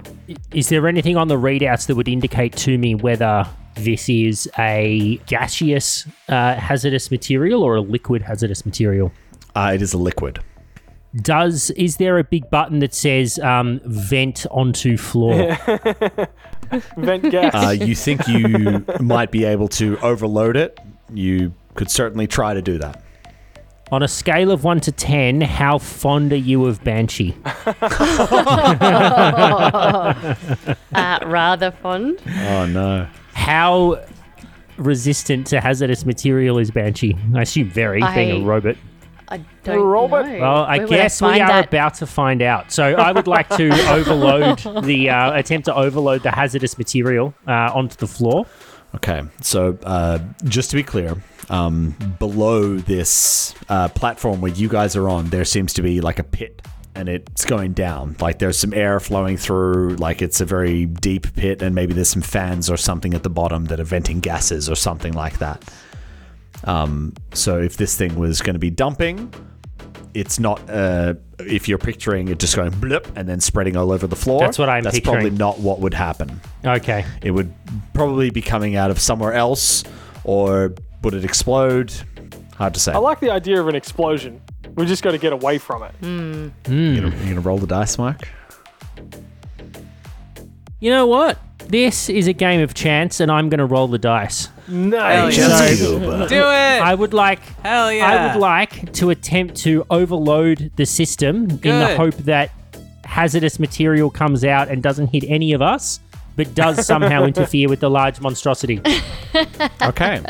Is there anything on the readouts that would indicate to me whether this is a gaseous uh, hazardous material or a liquid hazardous material? uh, it is a liquid Does is there a big button that says um, vent onto floor? [laughs] vent gas. Uh, you think [laughs] you might be able to overload it? You could certainly try to do that. On a scale of one to ten, how fond are you of Banshee? Uh, rather fond. Oh no. How resistant to hazardous material is Banshee? I assume very, being a I- robot. I don't Robert? know. Well, I Where would guess we find are that? about to find out. So I would like [laughs] to overload the uh, attempt to overload the hazardous material uh, onto the floor. Okay, so uh, just to be clear, um, below this uh, platform where you guys are on, there seems to be like a pit, and it's going down. Like there's some air flowing through. Like it's a very deep pit, and maybe there's some fans or something at the bottom that are venting gases or something like that. Um, so if this thing was going to be dumping, it's not. Uh, if you're picturing it just going blip and then spreading all over the floor, That's what I'm That's probably picturing. not what would happen Okay. it would probably be coming out of somewhere else, or would it explode? Hard to say. I like the idea of an explosion. We just got to get away from it. you gonna, you gonna roll the dice, Mike? You know what? This is a game of chance, and I'm going to roll the dice. Nice. Hell yeah. [laughs] Cube. Do it! I would like Hell yeah! I would like to attempt to overload the system in the Good. hope that hazardous material comes out and doesn't hit any of us, but [laughs] does somehow interfere with the large monstrosity. Okay.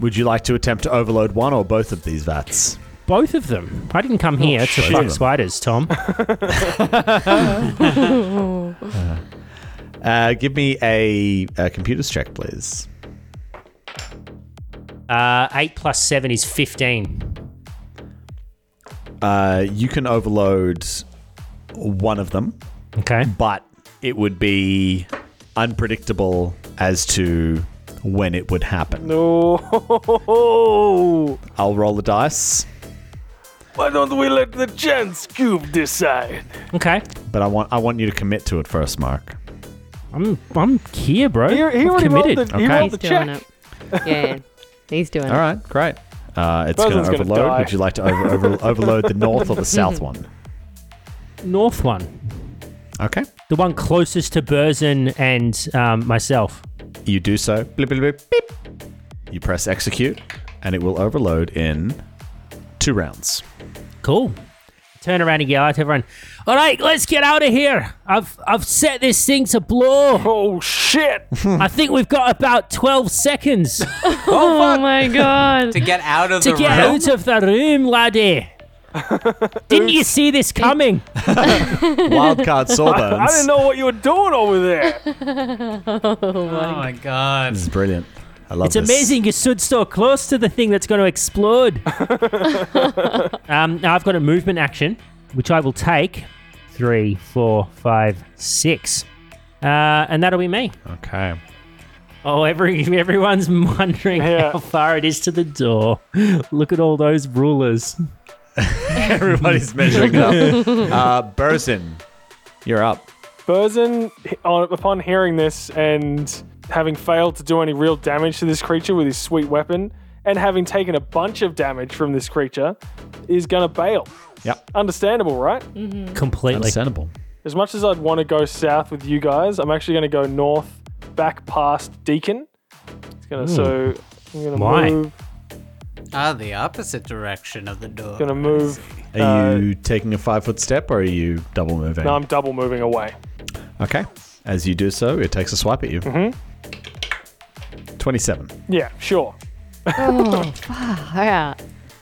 Would you like to attempt to overload one or both of these vats? Both of them. I didn't come here to shit. fuck spiders, Tom. Uh, give me a, a computers check, please. Uh, eight plus seven is fifteen. Uh, you can overload one of them, Okay. but it would be unpredictable as to when it would happen. No. I'll roll the dice, Why don't we let the chance cube decide? Okay. but I want I want you to commit to it first, Mark. I'm I'm here, bro. He, he I'm already committed. rolled the, he Okay. rolled He's the doing check. it. Yeah, he's doing All right, great. Uh, it's going Person's to gonna overload. die. Hmm. Would you like to over, [laughs] over, overload the north or the south one? North one, Okay. the one closest to Burzin and um, myself. You do so. Blip, blip, blip, beep. You press execute, and it will overload in two [laughs] rounds. Cool. Turn around and yell out to everyone. All right, let's get out of here. I've I've set this thing to blow. Oh shit! [laughs] I think we've got about twelve seconds to Oh [laughs] my god. to get out of the get room. out of the room, laddie. Didn't you see this coming? Wildcard Sawbones. I didn't know what you were doing over there. Oh my god! This is brilliant. I love It's this. amazing you stood so close to the thing that's going to explode. um, now I've got a movement action, which I will take. Three, four, five, six, uh, and that'll be me. [laughs] Okay. Oh, every [laughs] everyone's wondering Yeah. how far it is to the door. Look at all those rulers. [laughs] Everybody's measuring up. Uh, Burzin, you're up. Burzin, h- on- upon hearing this and having failed to do any real damage to this creature with his sweet weapon, and having taken a bunch of damage from this creature, is gonna bail. Yep. Understandable, right? Completely. Understandable. As much as I'd want to go south with you guys, I'm actually gonna go north, back past Deacon. It's gonna so I'm gonna Why? move. Ah, the opposite direction of the door. Gonna move. Are you taking a five foot step or are you double moving? Uh, No, I'm double moving away. okay. As you do so, it takes a swipe at you. Mm-hmm. Mm-hmm. 27. Yeah, sure. Yeah.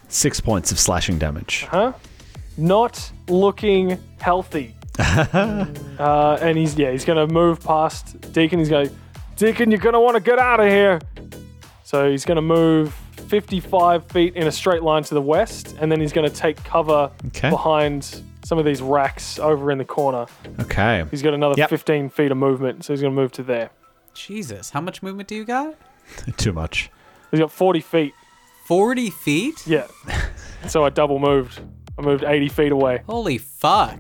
Six points of slashing damage. Not looking [laughs] healthy. uh, and he's yeah, he's gonna move past Deacon. He's going, Deacon, you're gonna want to get out of here. So he's gonna move 55 feet in a straight line to the west, and then he's gonna take cover Okay. behind some of these racks over in the corner. Okay. He's got another Yep. 15 feet of movement, so he's gonna move to there. Jesus, how much movement do you got? Too much. He's got 40 feet. Forty [laughs] feet? Yeah. so I double moved. I moved 80 feet away. Holy [laughs] fuck!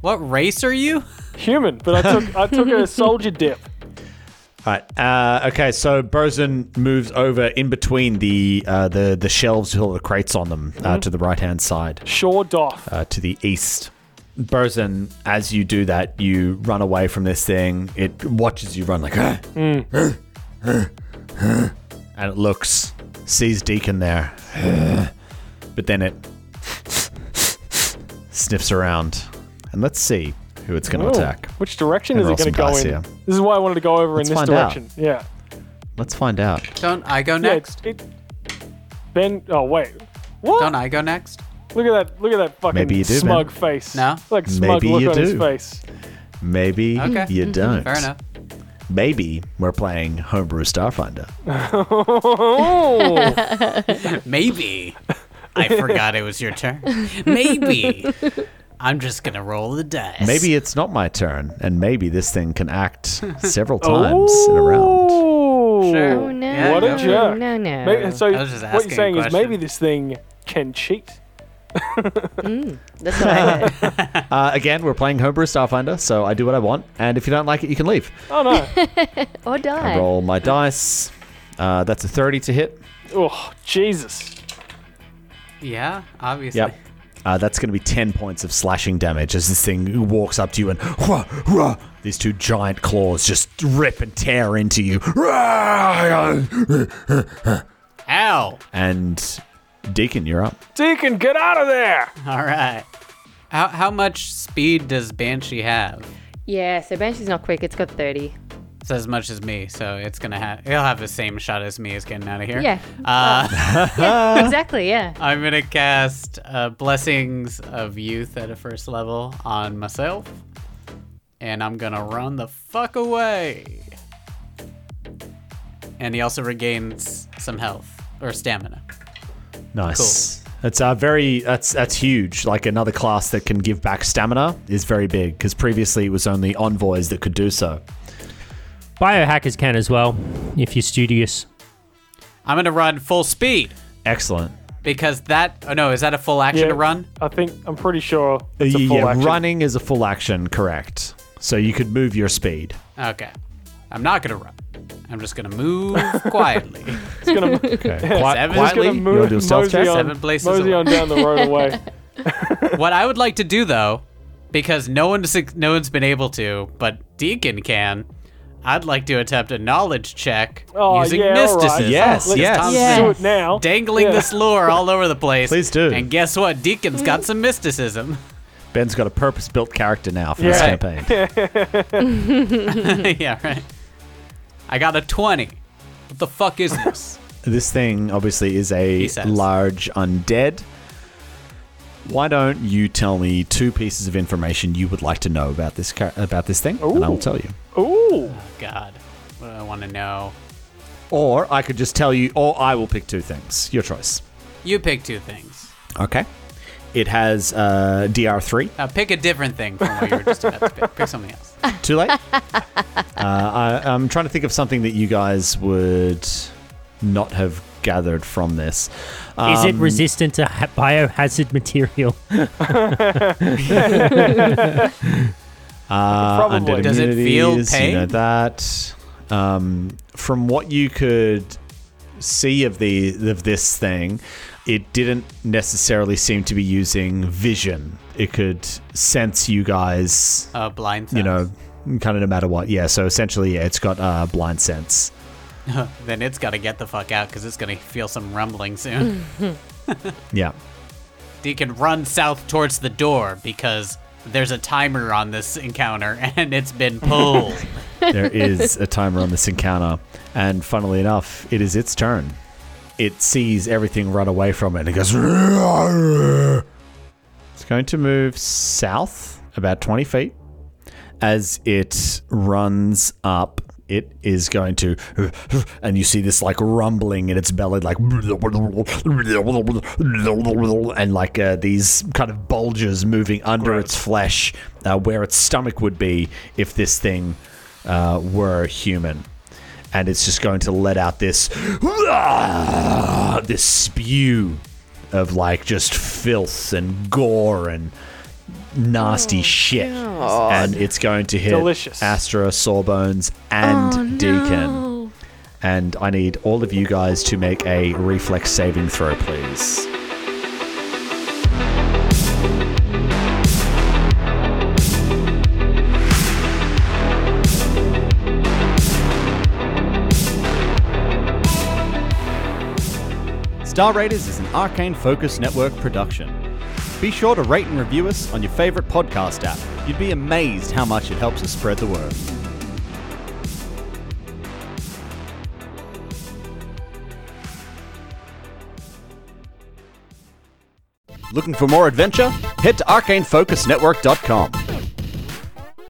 what race are you? Human, but I took I [laughs] took a soldier dip. All right. Uh, okay. So Bosun moves over in between the uh, the the shelves with all the crates on them uh, to the right hand side. Sure, doff. uh, to the east. Burzin, as you do that, you run away from this thing. It watches you run like, "Ah, ah, ah, ah," and it looks sees Deacon there. but then it sniffs around. And let's see who it's going to Ooh, attack. Which direction And is roll it going some to go dice in? here. This is why I wanted to go over Let's in this find out. direction. Yeah. Let's find out. Don't I go Yeah. next? It's, it, ben. Oh wait. What? Don't I go next? Look at that! Look at that fucking Maybe you do, Ben. smug face. No? like smug Maybe look you on his do. face. Maybe Okay. Mm-hmm. you Mm-hmm. don't. Fair enough. Maybe we're playing Homebrew Starfinder. Oh, Maybe. I forgot it was your [laughs] turn. Maybe. I'm just gonna roll the dice. Maybe it's not my turn, and maybe this thing can act [laughs] several times in a round. round. Sure. Oh no! Yeah, What a go for it. jerk. No, no. Maybe, so I was just what asking you're a saying is question. maybe this thing can cheat. That's what I [laughs] heard. Uh, again, we're playing Homebrew Starfinder, so I do what I want, and if you don't like it, you can leave. Oh [laughs] no! or I die. roll my dice. Uh, that's a 30 to hit. oh Jesus! Yeah, obviously. Yep. Uh, that's going to be 10 points of slashing damage as this thing walks up to you and "Hua, hua," these two giant claws just rip and tear into you. Ow! And Deacon, you're up. Deacon, get out of there! All right. How how much speed does Banshee have? Yeah. So Banshee's not quick. It's got thirty. It's as much as me, so it's gonna have. He'll have the same shot as me as getting out of here. Yeah. Uh, [laughs] yeah exactly. Yeah. I'm gonna cast uh, blessings of youth at a first level on myself, and I'm gonna run the fuck away. And he also regains some health or stamina. Nice. That's uh, very that's that's huge. Like another class that can give back stamina is very big because previously it was only envoys that could do so. Biohackers can as well, if you're studious. I'm gonna run full speed Excellent. because that. Oh no, is that a full action to run? I think I'm pretty sure it's Uh, a yeah, full yeah, action. running is a full action, correct? So you could move your [laughs] speed. Okay. I'm not gonna run. I'm just gonna move quietly. It's gonna, it's Okay. Qui- Seven. quietly, gonna you mo- want to do a stealth mosey check? on, Seven places mosey away. on down the road [laughs] away. what I would like to do though, because no one's no one's been able to, but Deacon can. I'd like to attempt a knowledge check Oh using yeah, all mysticism. right. Yes, Let's yes. Let's Yes. do it now. Dangling Yeah. this lure all over the place. Please do. And guess what? Deacon's got some mysticism. [laughs] Ben's got a purpose-built character now for this Yeah. campaign. [laughs] yeah, right. I got a 20. What the fuck is [laughs] this? This thing obviously is a He says. large undead. Why don't you tell me two pieces of information you would like to know about this char- about this thing, and I will Ooh. tell you. Ooh, God. What do I want to know? Or I could just tell you, or I will pick two things. Your choice. You pick two things. Okay. It has uh, DR3. Now pick a different thing from what you were just about to pick. Pick [laughs] something else. Too late. uh, I, I'm trying to think of something that you guys would not have gathered from this. Is it Um, resistant to ha- biohazard material? Uh, Probably. undead Does it feel immunities, You know pain? that. Um, from what you could see of the of this thing, it didn't necessarily seem to be using vision. It could sense you guys, Uh, blind you know, sense. kind of no matter what. Yeah. So essentially, yeah, it's got uh, blind sense. Then it's got to get the fuck out because it's going to feel some rumbling soon. Yeah. Deacon runs south towards the door because there's a timer on this encounter [laughs] and it's been pulled. there is a timer on this encounter, and funnily enough, it is its turn. It sees everything run away from it and it goes. "Roar!" It's going to move south about 20 feet. As it runs up, it is going to. And you see this like rumbling in its belly, like. And like uh, these kind of bulges moving under its flesh, uh, where its stomach would be if this thing uh, were human. And it's just going to let out this this spew of like just filth and gore and nasty shit. And it's going to hit Delicious. Astra, Sawbones, and Deacon. And I need all of you guys to make a reflex saving throw, please. Star Raiders is an Arcane Focus Network production. Be sure to rate and review us on your favorite podcast app. You'd be amazed how much it helps us spread the word. Looking for more adventure? Head to arcanefocusnetwork.com.